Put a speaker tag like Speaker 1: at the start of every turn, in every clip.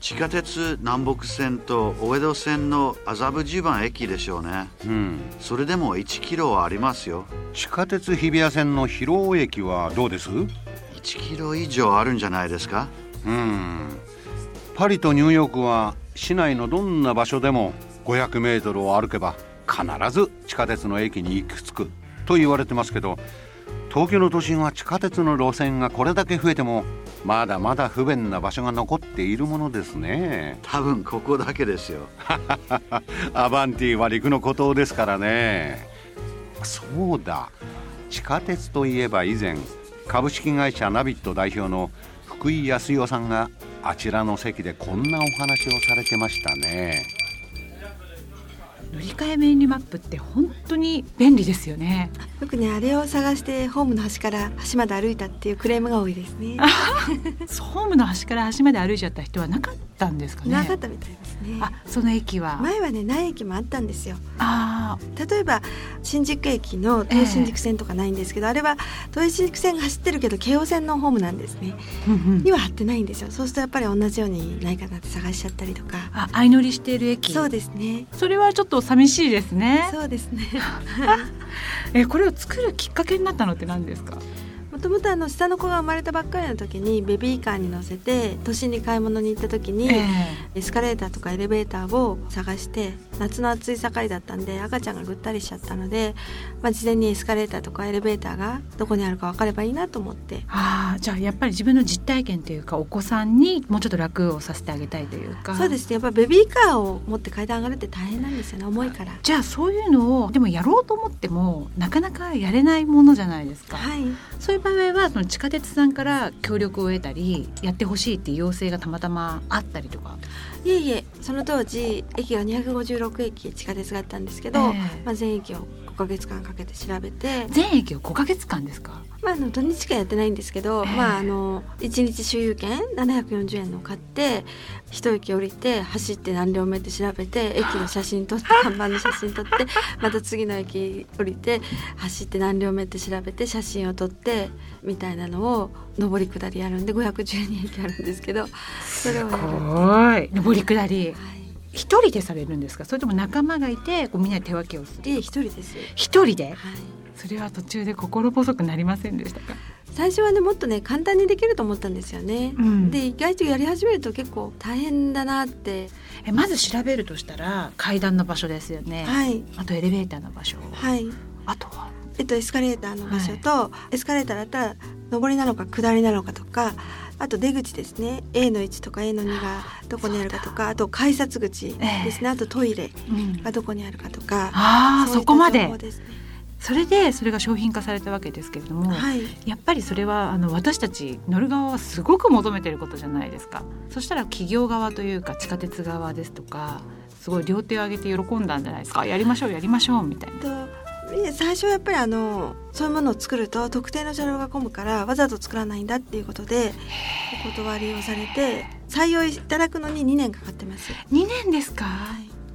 Speaker 1: 地下鉄南北線と大江戸線の麻布十番駅でしょうね
Speaker 2: うん
Speaker 1: それでも1キロはありますよ
Speaker 2: 地下鉄日比谷線の広尾駅はどうですう
Speaker 1: 1キロ以上あるんじゃないですか
Speaker 2: んパリとニューヨークは市内のどんな場所でも500メートルを歩けば必ず地下鉄の駅に行き着くと言われてますけど東京の都心は地下鉄の路線がこれだけ増えてもまだまだ不便な場所が残っているものですね。
Speaker 1: 多分ここだけですよ
Speaker 2: アバンティは陸の孤島ですからねそうだ地下鉄といえば以前株式会社ナビット代表の福井康代さんがあちらの席でこんなお話をされてましたね
Speaker 3: 乗り換え便利マップって本当に便利ですよね
Speaker 4: よくねあれを探してホームの端から端まで歩いたっていうクレームが多いですね。
Speaker 3: ホームの端から端まで歩いちゃった人はなかったんですかね
Speaker 4: なかったみたいですね。
Speaker 3: あその駅は、
Speaker 4: 前はねない駅もあったんですよ。
Speaker 3: あ
Speaker 4: 例えば新宿駅の東新宿線とかないんですけど、あれは東新宿線が走ってるけど京王線のホームなんですね。
Speaker 3: ー、うんうん
Speaker 4: には貼ってないんですよ。そうするとやっぱり同じようにないかなって探しちゃったりとか。
Speaker 3: あ相乗りしている駅
Speaker 4: そうですね。
Speaker 3: それはちょっと寂しいですね
Speaker 4: そうです ね。
Speaker 3: えこれを作るきっかけになったのって何ですか
Speaker 4: もともとあの下の子が生まれたばっかりの時にベビーカーに乗せて都心に買い物に行った時に、エスカレーターとかエレベーターを探して夏の暑い盛りだったんで赤ちゃんがぐったりしちゃったので、まあ、事前にエスカレーターとかエレベーターがどこにあるか分かればいいなと思って
Speaker 3: あーじゃあやっぱり自分の実体験というかお子さんにもうちょっと楽をさせてあげたいというか
Speaker 4: そうですすねやっぱベビーカーを持って階段上がるって大変なんですよね重いから。
Speaker 3: じゃあそういうのをでもやろうと思ってもなかなかやれないものじゃないですか、
Speaker 4: はい、
Speaker 3: そういう場合はその地下鉄さんから協力を得たりやってほしいっていう要請がたまたまあったりとか、
Speaker 4: いえいえその当時駅が256駅地下鉄があったんですけど、
Speaker 3: ええ
Speaker 4: まあ、全駅を5ヶ月間かけて調べて、
Speaker 3: 全駅を5ヶ月間ですか
Speaker 4: まあ、あの土日しかやってないんですけど、
Speaker 3: ええ
Speaker 4: まあ、あの1日周遊券740円のを買って一駅降りて走って何両目って調べて駅の写真撮って 看板の写真撮ってまた次の駅降りて走って何両目って調べて写真を撮ってみたいなのを上り下りやるんで512駅あるんですけどそれをやる。は
Speaker 3: はい上り下り一人でされるんですかそれとも仲間がいてこうみんなで手分けをす
Speaker 4: い、で
Speaker 3: る
Speaker 4: 一人です、は
Speaker 3: 一人で
Speaker 4: い、
Speaker 3: それは途中で心細くなりませんでしたか、
Speaker 4: 最初はねもっとね簡単にできると思ったんですよね。
Speaker 3: ん
Speaker 4: で意外とやり始めると結構大変だなって、
Speaker 3: えまず調べるとしたら階段の場所ですよね、
Speaker 4: はい
Speaker 3: あとエレベーターの場所、
Speaker 4: はい
Speaker 3: あとは
Speaker 4: えっと、エスカレーターの場所と、エスカレーターだったら上りなのか下りなのかとかあと出口ですね A の1とか A の2がどこにあるかとかあと改札口ですね、あとトイレ
Speaker 3: うん
Speaker 4: がどこにあるかとか
Speaker 3: ああ
Speaker 4: ういった
Speaker 3: そこま
Speaker 4: 情
Speaker 3: で
Speaker 4: 報ですね
Speaker 3: それでそれが商品化されたわけですけれども、
Speaker 4: はい
Speaker 3: やっぱりそれはあの私たち乗る側はすごく求めてることじゃないですかそしたら企業側というか地下鉄側ですとかすごい両手を挙げて喜んだんじゃないですかやりましょうやりましょうみたいな
Speaker 4: とで最初はやっぱりあのそういうものを作ると特定の車両が混むからわざと作らないんだっていうことでお断りをされて採用いただくのに2年かかってます
Speaker 3: 2年ですか、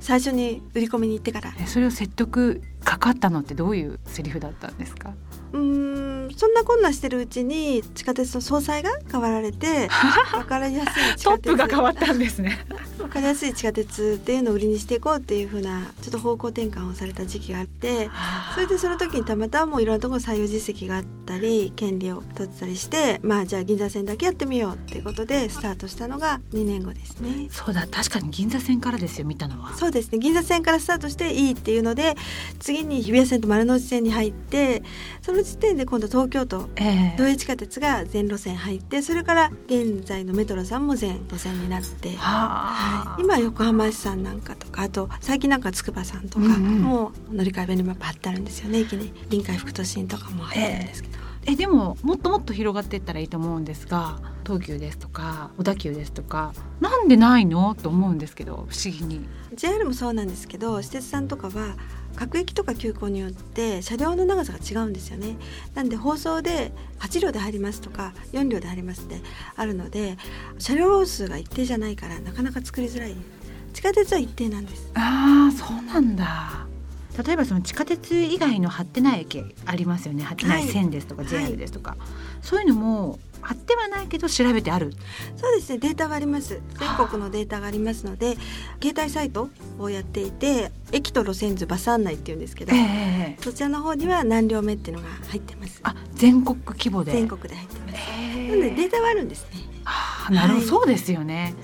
Speaker 4: 最初に売り込みに行ってから
Speaker 3: えそれを説得かかったのってどういうセリフだったんですか
Speaker 4: うーんそんなこんなしてるうちに地下鉄の総裁が変わら れて分かりやすい地
Speaker 3: ト
Speaker 4: 下
Speaker 3: ッ
Speaker 4: 鉄
Speaker 3: プが変わったんです ね
Speaker 4: 分かりやすい地下鉄っていうのを売りにしていこうっていうふうなちょっと方向転換をされた時期があってそれでその時にたまたまもういろんなところ採用実績があったり権利を取ってたりしてまあじゃあ銀座線だけやってみようっていうことでスタートしたのが2年後ですね。
Speaker 3: そうだ確かに銀座線からですよ見たのは
Speaker 4: そうですね銀座線からスタートしていいっていうので次に日比谷線と丸の内線に入ってその時点で今度東京都
Speaker 3: ええ
Speaker 4: 都営地下鉄が全路線入ってそれから現在のメトロさんも全路線になって
Speaker 3: はあ
Speaker 4: 今横浜市さんなんかとかあと最近なんか筑波さんとか、
Speaker 3: うんうん
Speaker 4: もう乗り換え便利マップ貼ってあるんですよね駅に臨海副都心とかも入ってるんですけど、
Speaker 3: えでももっともっと広がっていったらいいと思うんですが東急ですとか小田急ですとかなんでないのと思うんですけど不思議に。
Speaker 4: JR もそうなんですけど私鉄さんとかは各駅とか急行によって車両の長さが違うんですよねなんで放送で8両で入りますとか4両で入りますってあるので車両数が一定じゃないからなかなか作りづらい地下鉄は一定なんです
Speaker 3: ああそうなんだ例えばその地下鉄以外の張ってない駅ありますよね張ってない線ですとか
Speaker 4: はい
Speaker 3: JR ですとか、そういうのも張ってはないけど調べてある
Speaker 4: そうですねデータがあります全国のデータがありますので携帯サイトをやっていて駅と路線図バス案内っていうんですけど、
Speaker 3: ええ
Speaker 4: そちらの方には何両目っていうのが入ってます
Speaker 3: あ全国規模で
Speaker 4: 全国で入ってます
Speaker 3: ええ
Speaker 4: なのでデータはあるんですね
Speaker 3: あーなるほど、
Speaker 4: はい
Speaker 3: そうですよね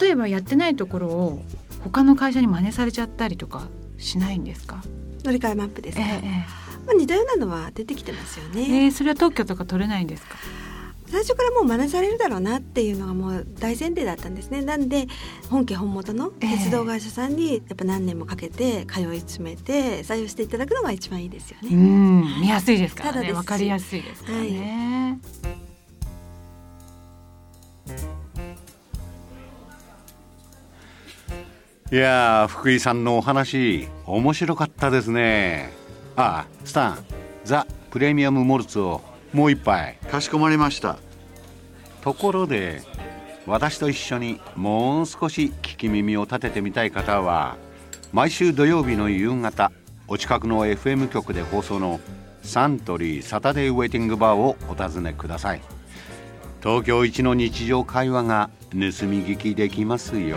Speaker 3: 例えばやってないところを他の会社に真似されちゃったりとかしないんですか、
Speaker 4: 乗り換えマップです
Speaker 3: え
Speaker 4: か、
Speaker 3: え
Speaker 4: まあ、似たようなのは出てきてますよ
Speaker 3: え
Speaker 4: ね、
Speaker 3: えそれは特許とか取れないんですか
Speaker 4: 最初からもう真似されるだろうなっていうのがもう大前提だったんですねなんで本家本元の鉄道会社さんにやっぱ何年もかけて通い詰めて採用していただくのが一番いいですよ
Speaker 3: う
Speaker 4: ね、
Speaker 3: ん見やすいですから
Speaker 4: ただ
Speaker 3: ね
Speaker 4: です
Speaker 3: わかりやすいですからね、
Speaker 2: いやー福井さんのお話面白かったですねああスタンザ・プレミアム・モルツをもう一杯
Speaker 1: かしこまりました
Speaker 2: ところで私と一緒にもう少し聞き耳を立ててみたい方は毎週土曜日の夕方お近くの FM 局で放送のサントリーサタデーウェイティングバーをお尋ねください東京一の日常会話が盗み聞きできますよ